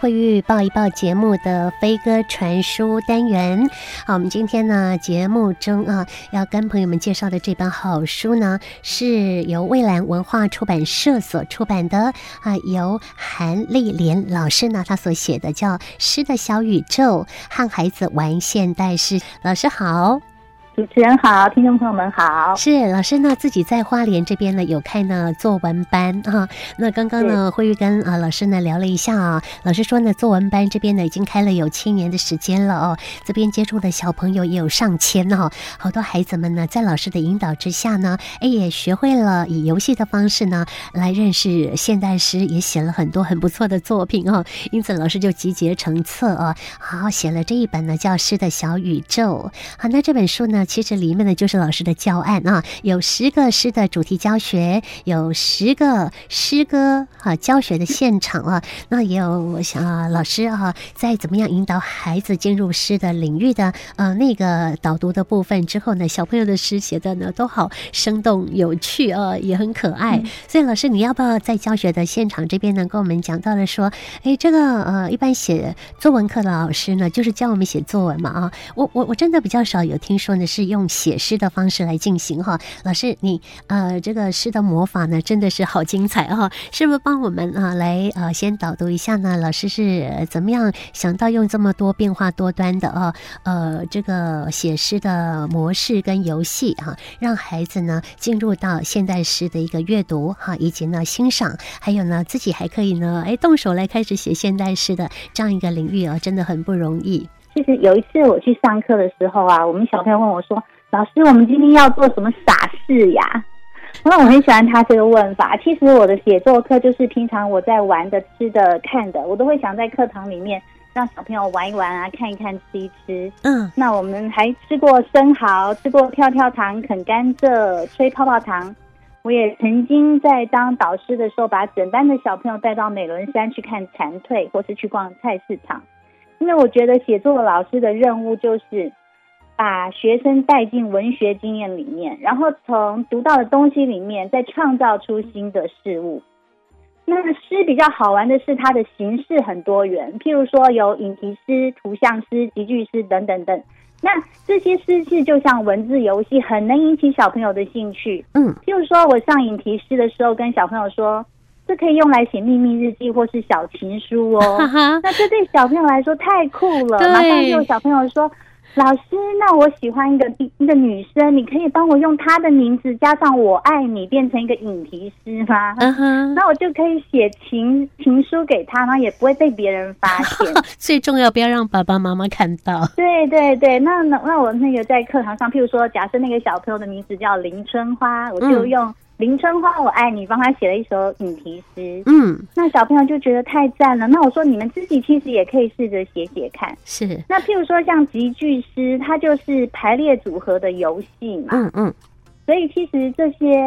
会遇报一报节目的飞鸽传书单元，好，我们今天呢节目中啊要跟朋友们介绍的这本好书呢，是由蔚蓝文化出版社所出版的啊，由韩丽莲老师呢她所写的叫《诗的小宇宙》，和孩子玩现代诗。老师好。主持人好，听众朋友们好。是老师呢，自己在花莲这边呢有开呢作文班啊。那刚刚呢，慧玉跟啊老师呢聊了一下啊，老师说呢，作文班这边呢已经开了有七年的时间了哦，这边接触的小朋友也有上千哦，好多孩子们呢在老师的引导之下呢，哎也学会了以游戏的方式呢来认识现代诗，也写了很多很不错的作品哦。因此老师就集结成册哦，好写了这一本呢叫《诗的小宇宙》。好，那这本书呢？其实里面呢就是老师的教案啊，有十个诗的主题教学，有十个诗歌啊教学的现场啊，那也有啊老师啊在怎么样引导孩子进入诗的领域的呃那个导读的部分之后呢，小朋友的诗写的呢都好生动有趣啊，也很可爱。嗯、所以老师，你要不要在教学的现场这边呢跟我们讲到了说，哎，这个呃一般写作文课的老师呢，就是教我们写作文嘛啊，我我我真的比较少有听说呢是。是用写诗的方式来进行哈，老师你呃这个诗的魔法呢真的是好精彩哈、哦，是不是帮我们啊来呃先导读一下呢？老师是怎么样想到用这么多变化多端的啊呃这个写诗的模式跟游戏哈、啊，让孩子呢进入到现代诗的一个阅读哈、啊，以及呢欣赏，还有呢自己还可以呢哎动手来开始写现代诗的这样一个领域啊，真的很不容易。就是有一次我去上课的时候啊，我们小朋友问我说：“老师，我们今天要做什么傻事呀？”那我很喜欢他这个问法。其实我的写作课就是平常我在玩的、吃的、看的，我都会想在课堂里面让小朋友玩一玩啊，看一看、吃一吃。嗯，那我们还吃过生蚝，吃过跳跳糖，啃甘蔗，吹泡泡糖。我也曾经在当导师的时候，把整班的小朋友带到美伦山去看蝉蜕，或是去逛菜市场。因为我觉得写作老师的任务就是把学生带进文学经验里面，然后从读到的东西里面再创造出新的事物。那诗比较好玩的是它的形式很多元，譬如说有引题诗、图像诗、集句诗等等等。那这些诗句就像文字游戏，很能引起小朋友的兴趣。嗯，譬如说我上引题诗的时候，跟小朋友说。这可以用来写秘密日记或是小情书哦。 那这对小朋友来说太酷了。马上就有小朋友说：“老师，那我喜欢一个一个女生，你可以帮我用她的名字加上‘我爱你’变成一个引题诗吗？”嗯、那我就可以写情情书给她，然后也不会被别人发现。最重要，不要让爸爸妈妈看到。对对对，那那我那个在课堂上，譬如说，假设那个小朋友的名字叫林春花，我就用、嗯。林春花，我爱你，帮他写了一首引题诗。 嗯，那小朋友就觉得太赞了。那我说你们自己其实也可以试着写写看。是。那譬如说像集句诗，它就是排列组合的游戏嘛。嗯嗯。所以其实这些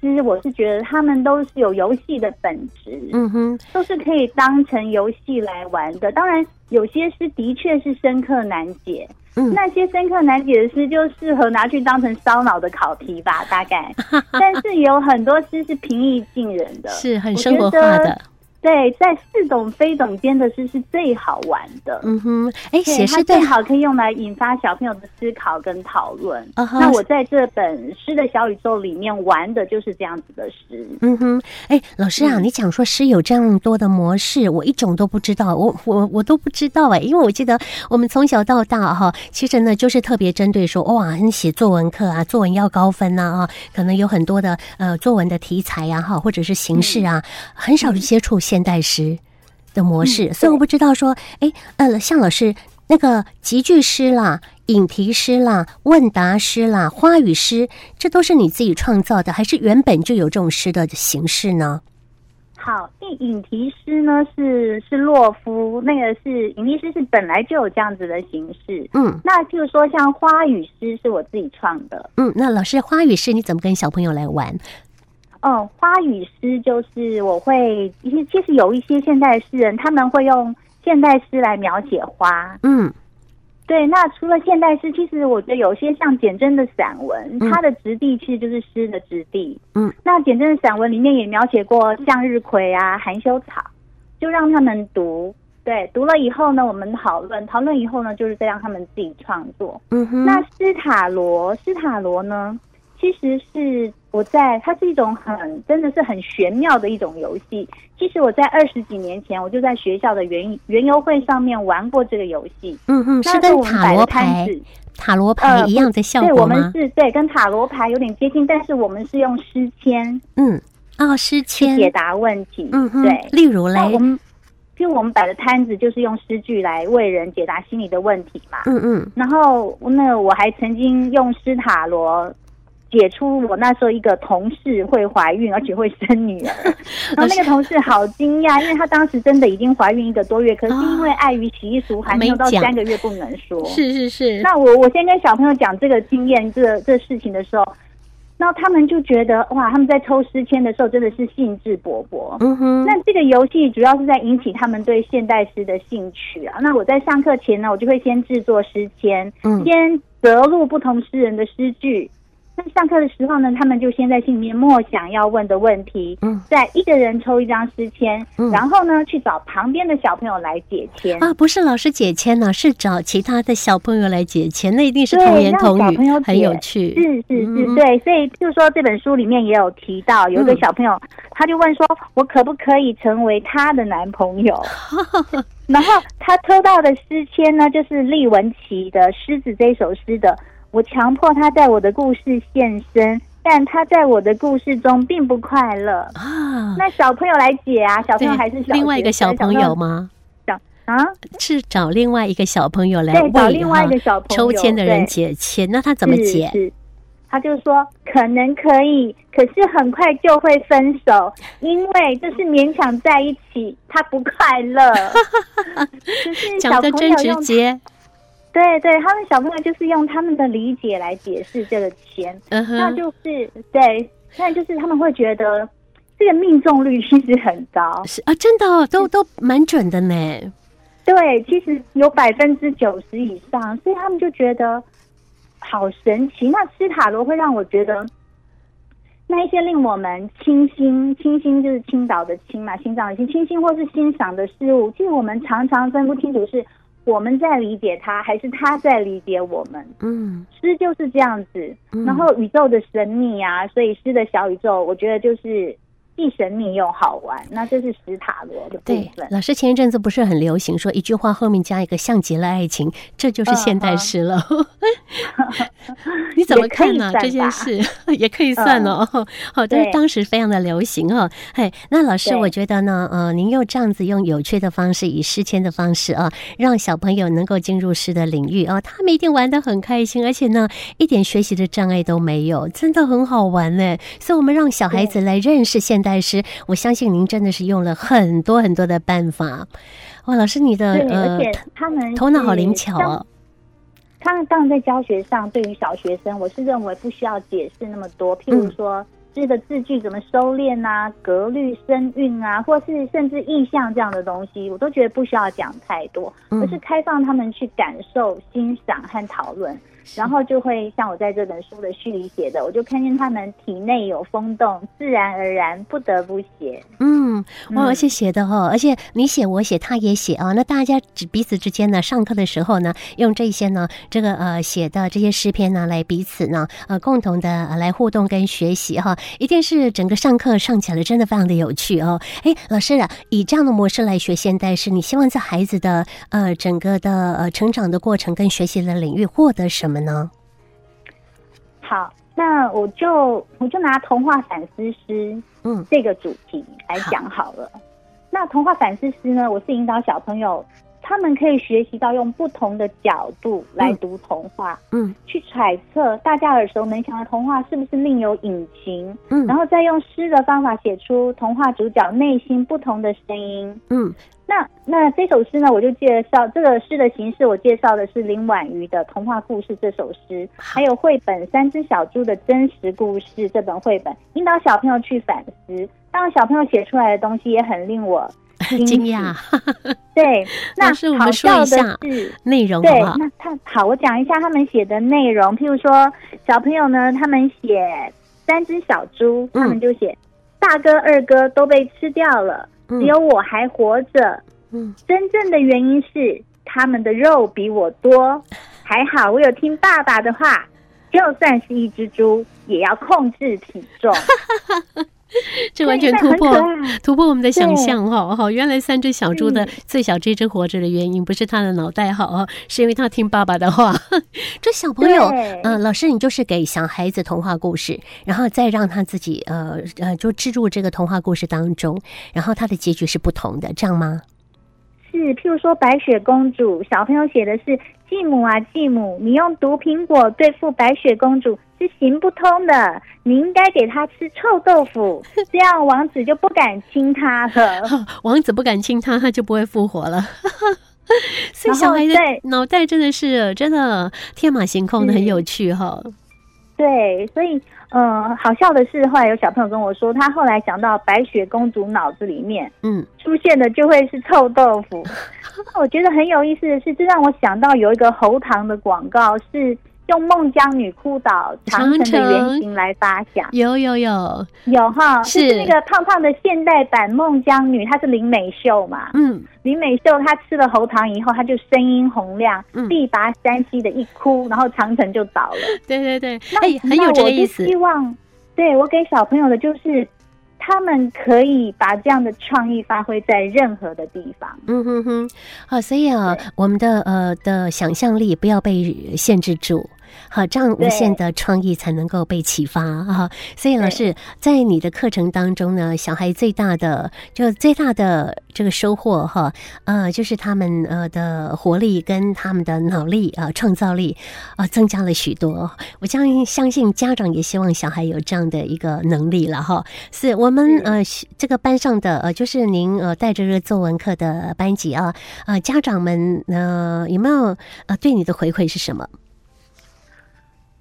诗，我是觉得他们都是有游戏的本质。嗯哼，都是可以当成游戏来玩的。当然，有些诗的确是深刻难解。嗯、那些深刻难解的诗就适合拿去当成烧脑的考题 吧，大概。但是有很多诗是平易近人的，是很生活化的。对，在似懂非懂间的诗是最好玩的。嗯哼，哎，写诗最好可以用来引发小朋友的思考跟讨论。Uh 哦 huh、那我在这本《诗的小宇宙》里面玩的就是这样子的诗。嗯哼，哎，老师啊，嗯、你讲说诗有这样多的模式，我一种都不知道，我我我都不知道哎、欸，因为我记得我们从小到大哈、啊，其实呢就是特别针对说哇，你写作文课啊，作文要高分呐啊，可能有很多的呃作文的题材呀、啊、哈，或者是形式啊，嗯、很少接触。现代诗的模式，嗯、所以我不知道说，哎，呃，向老师那个集句诗啦、引题诗啦、问答诗啦、花语诗，这都是你自己创造的，还是原本就有这种诗的形式呢？好，那引题诗呢是是洛夫，那个是引题诗是本来就有这样子的形式，嗯，那譬如说像花语诗是我自己创的，嗯，那老师花语诗你怎么跟小朋友来玩？哦，花语诗就是我会，其实其实有一些现代诗人他们会用现代诗来描写花。嗯，对。那除了现代诗，其实我觉得有些像简真的散文，嗯、它的质地其实就是诗的质地。嗯，那简真的散文里面也描写过向日葵啊、含羞草，就让他们读。对，读了以后呢，我们讨论，讨论以后呢，就是再让他们自己创作。嗯哼，那斯塔罗，斯塔罗呢，其实是我在，它是一种很真的是很玄妙的一种游戏。其实我在二十几年前，我就在学校的园园游会上面玩过这个游戏。嗯哼，是那时候跟我们塔摆罗了摊牌子，塔罗牌呃一样的效对，我果们吗？是对跟塔罗牌有点接近，但是我们是用诗签嗯，哦，诗去签，解答问题。嗯哼，对。例如嘞那，我们就我们摆的摊子就是用诗句来为人解答心理的问题嘛。嗯嗯然后那我还曾经用施塔罗解出我那时候一个同事会怀孕，而且会生女 儿。然后那个同事好惊讶，因为她当时真的已经怀孕一个多月，可是因为碍于习俗，还没有到哦没讲三个月不能说。是是是，那我我先跟小朋友讲这个经验，这这事情的时候，那他们就觉得哇，他们在抽诗签的时候真的是兴致勃勃。嗯哼，那这个游戏主要是在引起他们对现代诗的兴趣啊。那我在上课前呢，我就会先制作诗签，嗯先择录不同诗人的诗句。那上课的时候呢，他们就先在心里面默想要问的问题，嗯再一个人抽一张诗签，嗯然后呢去找旁边的小朋友来解签。 啊，不是老师解签呢、是找其他的小朋友来解签，那一定是对童言让童小朋语友，很有解是趣。是嗯是，对，所以譬如说这本书里面也有提到，有一个嗯小朋友，他就问说：“我可不可以成为他的男朋 友？”然后他抽到的诗签呢，就是厉文琪的《狮子》这首诗的。我强迫他在我的故事现身，但他在我的故事中并不快乐。啊，那小朋友来解啊，小朋对友还是，小另外一个学生小朋友吗？啊，是找另外一个小朋友来对，找为另外一哈个小朋友抽签的人对解签，那他怎么是解？是他就说可能可以，可是很快就会分手，因为这是勉强在一起，他不快 乐。就是讲小的朋真友直用接，对对，他们小朋友就是用他们的理解来解释这个钱，嗯那哼，就是对，那就是他们会觉得这个命中率其实很高，是啊，真的哦、都都蛮准的呢。对，其实有百分之九十以上，所以他们就觉得好神奇。那吃塔罗会让我觉得，那一些令我们清新，清新就是青岛的清嘛，心脏的心，清新或是欣赏的事物，其实我们常常分不清楚是我们在理解它，还是它在理解我们。嗯，诗就是这样子，嗯然后宇宙的神秘啊，所以诗的小宇宙，我觉得就是既神秘又好玩。那这是史塔罗的部对分，。老师前一阵子不是很流行说一句话后面加一个像极了爱情，这嗯就是现代诗 了。你怎么看呢、这也可以件算吧嗯事 也可以算哦， 好、但是对当时非常的流行哦。嘿，那老师，对我觉得呢，呃，您又这样子用有趣的方式，以诗签的方式啊，让小朋友能够进入诗的领域啊，他们一定玩得很开心，而且呢，一点学习的障碍都没有，真的很好玩呢。所以，我们让小孩子来认识现代诗，我相信您真的是用了很多很多的办法。哇，老师，你的对，呃而且他们头脑好是灵巧像哦。当然，当然在教学上，对于小学生，我是认为不需要解释那么多。譬嗯如说，诗的字句怎么收敛啊，格律、声韵啊，或是甚至意象这样的东西，我都觉得不需要讲太多，嗯而是开放他们去感受、欣赏和讨论。然后就会像我在这本书的序里写的，我就看见他们体内有风动，自然而然不得不写。嗯，哇，嗯而且写的哦哈、而且你写我写他也写啊，那大家只彼此之间呢，上课的时候呢，用这些呢，这个呃写的这些诗篇呢，来彼此呢呃共同的、呃来互动跟学习哈、一定是整个上课上起来真的非常的有趣哦。哎，老师啊，以这样的模式来学现代诗，你希望在孩子的呃整个的呃成长的过程跟学习的领域获得什么呢？好，那我就我就拿童话反思诗嗯这个主题来讲好了。那童话反思诗呢，我是引导小朋友，他们可以学习到用不同的角度来读童话，嗯去揣测大家耳熟能详的童话是不是另有隐情，嗯然后再用诗的方法写出童话主角内心不同的声音。嗯那那这首诗呢，我就介绍这个诗的形式，我介绍的是林婉瑜的《童话故事》这首诗，还有绘本《三只小猪的真实故事》这本绘本，引导小朋友去反思。当然，小朋友写出来的东西也很令我惊 喜惊讶。对，那老师我们好说笑一的下是，内容好对不好，？那他好，我讲一下他们写的内容。譬如说，小朋友呢，他们写三只小猪，嗯他们就写、大哥、二哥都被吃掉了，嗯只有我还活着。嗯，真正的原因是他们的肉比我多，还好我有听爸爸的话，就算是一只猪也要控制体 重。这完全突破对很可爱突破我们的想象哈。好，原来三只小猪嗯的最小这只活着的原因不是它的脑袋好哦， 是因为它听爸爸的话。 这小朋友，对嗯、老师你就是给小孩子童话故事，然后再让他自己呃呃就置入这个童话故事当中，然后他的结局是不同的，这样吗？是，譬如说《白雪公主》，小朋友写的是继母啊，继母，你用毒苹果对付白雪公主是行不通的，你应该给她吃臭豆腐，这样王子就不敢亲她了。 王子不敢亲他，他就不会复活了。 所以小孩的然后对脑袋真的是真的天马行空的，嗯很有趣哈。对，所以，呃，好笑的是，后来有小朋友跟我说，他后来想到白雪公主脑子里面嗯，出现的就会是臭豆腐。我觉得很有意思的是，这让我想到有一个喉糖的广告是。用孟姜女哭倒长城的长城原型来发想，有有有，有哈，就是是那个胖胖的现代版孟姜女，她是林美秀嘛。嗯，林美秀她吃了喉糖以后，她就声音洪亮嗯，力拔山兮的一哭，然后长城就倒了。对对对，那哎，很有那这个我意就思。希望，对我给小朋友的就是，他们可以把这样的创意发挥在任何的地方。嗯哼哼，好，所以啊，我们的呃的想象力不要被限制住。好，这样无限的创意才能够被启发啊！所以老师在你的课程当中呢，小孩最大的就最大的这个收获哈，呃，就是他们呃的活力跟他们的脑力啊、创造力啊、增加了许多。我相相信家长也希望小孩有这样的一个能力了哈。是我们嗯呃是这个班上的呃，就是您呃带着这个作文课的班级啊，呃家长们呃有没有呃对你的回馈是什么？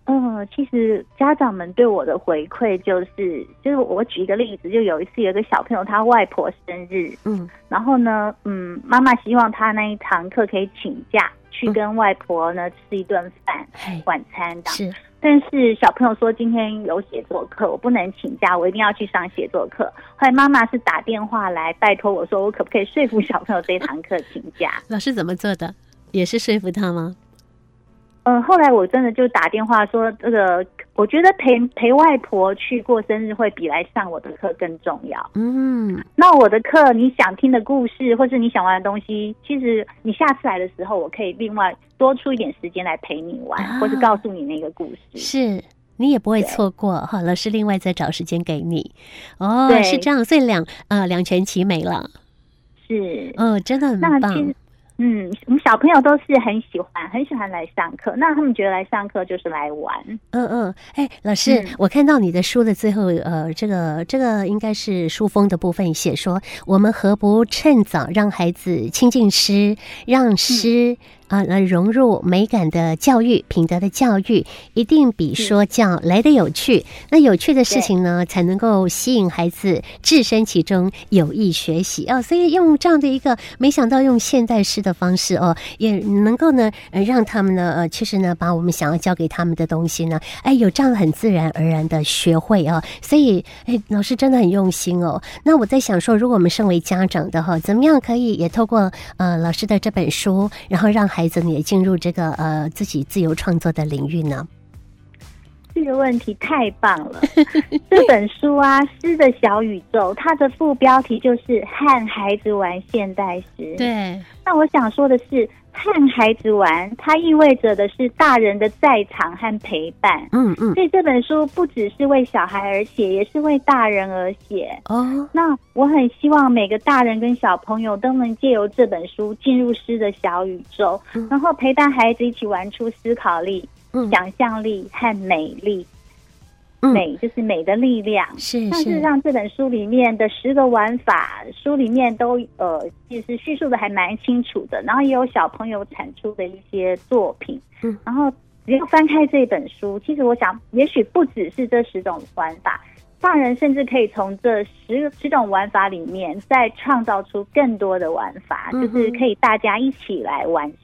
嗯，其实家长们对我的回馈就是，就是我举一个例子，就有一次有一个小朋友他外婆生日，嗯然后呢，嗯，妈妈希望他那一堂课可以请假嗯去跟外婆呢吃一顿饭，嘿，晚餐的。是但是小朋友说今天有写作课，我不能请假，我一定要去上写作课。后来妈妈是打电话来拜托我说，我可不可以说服小朋友这一堂课请假？老师怎么做的？也是说服他吗？嗯，后来我真的就打电话说，这个我觉得陪陪外婆去过生日会比来上我的课更重要。嗯，那我的课，你想听的故事，或是你想玩的东西，其实你下次来的时候，我可以另外多出一点时间来陪你玩，啊或是告诉你那个故事。是。你也不会对错过哈，老师另外再找时间给你，哦，对是这样，所以两呃两全其美了，是，哦，真的很那其棒实，，嗯，我们小朋友都是很喜欢，很喜欢来上课。那他们觉得来上课就是来玩，嗯嗯，哎，老师，嗯我看到你的书的最后，呃，这个这个应该是书封的部分写说，我们何不趁早让孩子亲近诗，嗯让诗啊、呃融入美感的教育、品德的教育，一定比是说教来的有趣。那有趣的事对情呢，才能够吸引孩子置身其中，有意学习哦。所以用这样的一个，没想到用现代诗的方式哦，也能够呢，呃，让他们呢，呃，其实呢，把我们想要教给他们的东西呢，哎，有这样很自然而然的学会哦。所以，哎，老师真的很用心哦。那我在想说，如果我们身为家长的哈，怎么样可以也透过呃老师的这本书，然后让孩子呢也进入这个呃自己自由创作的领域呢？这个问题太棒 了。这本书啊，《诗的小宇宙》，它的副标题就是“和孩子玩现代诗”。。对，那我想说的是，和孩子玩，它意味着的是大人的在场和陪伴。嗯嗯，所以这本书不只是为小孩而写，也是为大人而写。哦，那我很希望每个大人跟小朋友都能借由这本书进入诗的小宇宙，嗯然后陪伴孩子一起玩出思考力、嗯，想象力和美丽。嗯美就是美的力量。是但是是，让这本书里面的十个玩法，书里面都呃，其实叙述的还蛮清楚的，然后也有小朋友产出的一些作品，嗯，然后只要翻开这本书，其实我想，也许不只是这十种玩法，大人甚至可以从这十十种玩法里面再创造出更多的玩法，嗯哼就是可以大家一起来玩诗。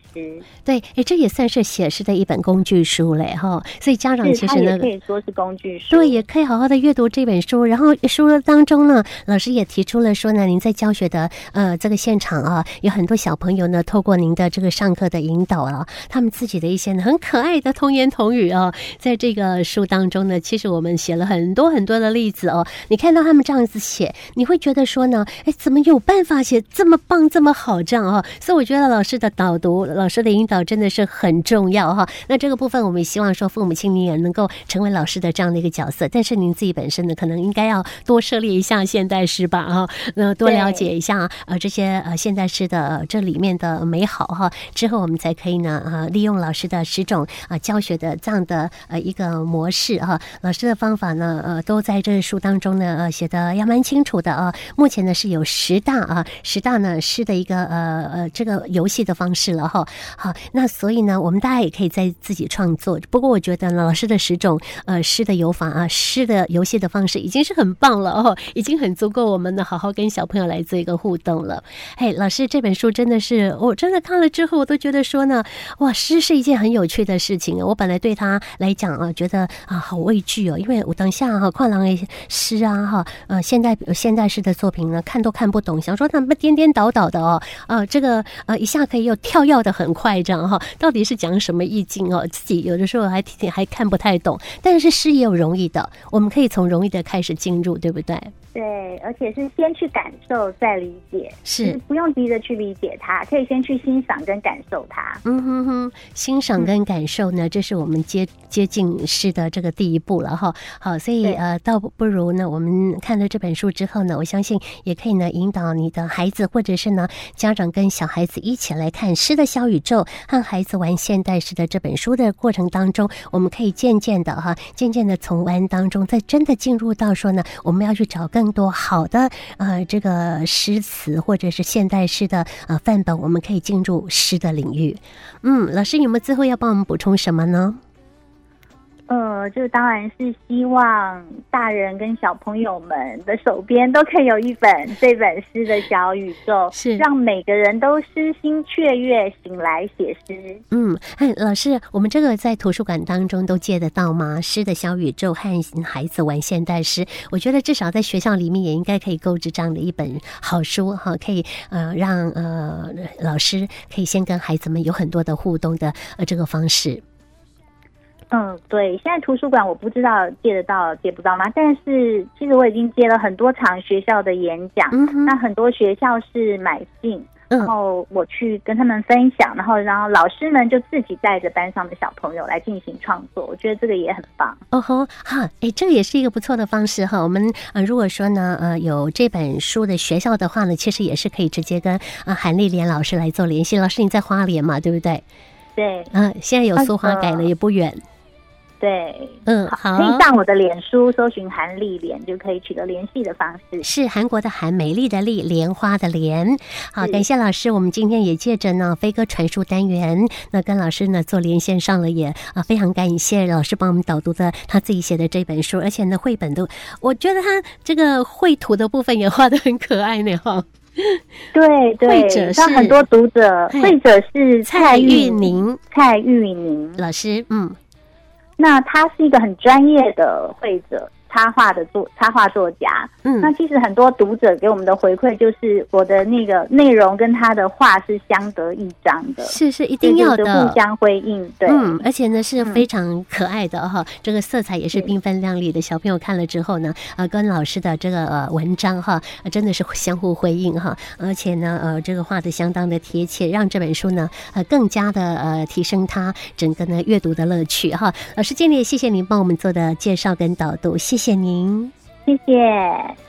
对，哎，这也算是写诗的一本工具书嘞哈。所以家长是，其它实也呢可，以说是工具书。对，也可以好好的阅读这本书。然后书当中呢，老师也提出了说呢，您在教学的呃这个现场啊，有很多小朋友呢，透过您的这个上课的引导啊，他们自己的一些呢很可爱的童言童语哦，在这个书当中呢，其实我们写了很多很多的例子哦。你看到他们这样子写，你会觉得说呢，哎，怎么有办法写这么棒、这么好这样哦？所以我觉得老师的导读、老师的引导真的是很重要哈、那这个部分，我们也希望说父母亲您也能够成为老师的这样的一个角色，但是您自己本身呢，可能应该要多涉猎一下现代诗吧啊，那多了解一下呃这些呃现代诗的、呃这里面的美好哈、之后我们才可以呢呃利用老师的十种呃教学的这样的呃一个模式哈、老师的方法呢呃都在这书当中呢呃写的要蛮清楚的啊，目前呢是有十大啊十大呢诗的一个呃呃这个游戏的方式了哈、好，那所以呢，我们大家也可以在自己创作。不过我觉得呢，老师的十种呃诗的游法啊，诗的游戏的方式已经是很棒了哦，已经很足够我们呢好好跟小朋友来做一个互动了。嘿，老师这本书真的是，我真的看了之后，我都觉得说呢，哇，诗是一件很有趣的事情。啊我本来对他来讲啊，觉得啊好畏惧哦，因为我等下哈、跨栏的诗啊哈，呃现代现代诗的作品呢，看都看不懂，想说他们颠颠倒倒的哦，呃，这个呃一下可以又跳跃的很快，这样哈、到底是讲什么意境哦？自己有的时候还挺还看不太懂，但是诗也有容易的，我们可以从容易的开始进入，对不对？对，而且是先去感受再理解，就是是，不用急着去理解它，可以先去欣赏跟感受它。嗯哼哼，欣赏跟感受呢，这是我们接接近诗的这个第一步了哈。好，所以对呃，倒不不如呢，我们看了这本书之后呢，我相信也可以呢引导你的孩子，或者是呢家长跟小孩子一起来看《诗的小宇宙》和孩子玩现代诗的这本书的过程当中，我们可以渐渐的哈，渐渐的从玩当中，再真的进入到说呢，我们要去找更多好的呃这个诗词或者是现代诗的呃范本，我们可以进入诗的领域。嗯，老师有没有最后要帮我们补充什么呢？呃，就当然是希望大人跟小朋友们的手边都可以有一本这本诗的小宇宙，是让每个人都诗心雀跃，醒来写诗。嗯，哎，老师，我们这个在图书馆当中都借得到吗？诗的小宇宙和孩子玩现代诗，我觉得至少在学校里面也应该可以购置这样的一本好书哈，可以呃让呃老师可以先跟孩子们有很多的互动的呃这个方式。嗯，对，现在图书馆我不知道借得到借不到吗？但是其实我已经接了很多场学校的演讲，嗯哼，那很多学校是买进，嗯然后我去跟他们分享，然后然后老师们就自己带着班上的小朋友来进行创作，我觉得这个也很棒。哦吼，哈，哎，这也是一个不错的方式哈。我们呃，如果说呢，呃，有这本书的学校的话呢，其实也是可以直接跟呃韩丽莲老师来做联系。老师你在花莲嘛，对不对？对嗯、现在有哎苏花改了，也不远。对，嗯，可以好。上我的脸书搜寻韩丽莲，就可以取得联系的方式。是韩国的韩，美丽的丽，莲花的莲。好，是感谢老师，我们今天也借着呢飞鸽传书单元，那跟老师呢做连线上了也，啊，非常感谢老师帮我们导读的他自己写的这本书，而且呢绘本都，我觉得他这个绘图的部分也画的很可爱呢哈。对会对者，像是很多读者，嘿会者是蔡玉玉宁蔡玉宁，老师，嗯，那他是一个很专业的会者，插画的作插画作家。嗯那其实很多读者给我们的回馈就是，我的那个内容跟他的画是相得益彰的，是是一定要所以就是的互。相辉映。对，嗯，而且呢是非常可爱的哈、这个色彩也是对缤纷亮丽的。小朋友看了之后呢，呃，跟老师的这个呃文章哈、呃真的是相互辉映哈，而且呢，呃，这个画的相当的贴切，让这本书呢，呃，更加的呃提升它整个呢阅读的乐趣哈。老师今天也谢谢您帮我们做的介绍跟导读，谢谢您。谢谢。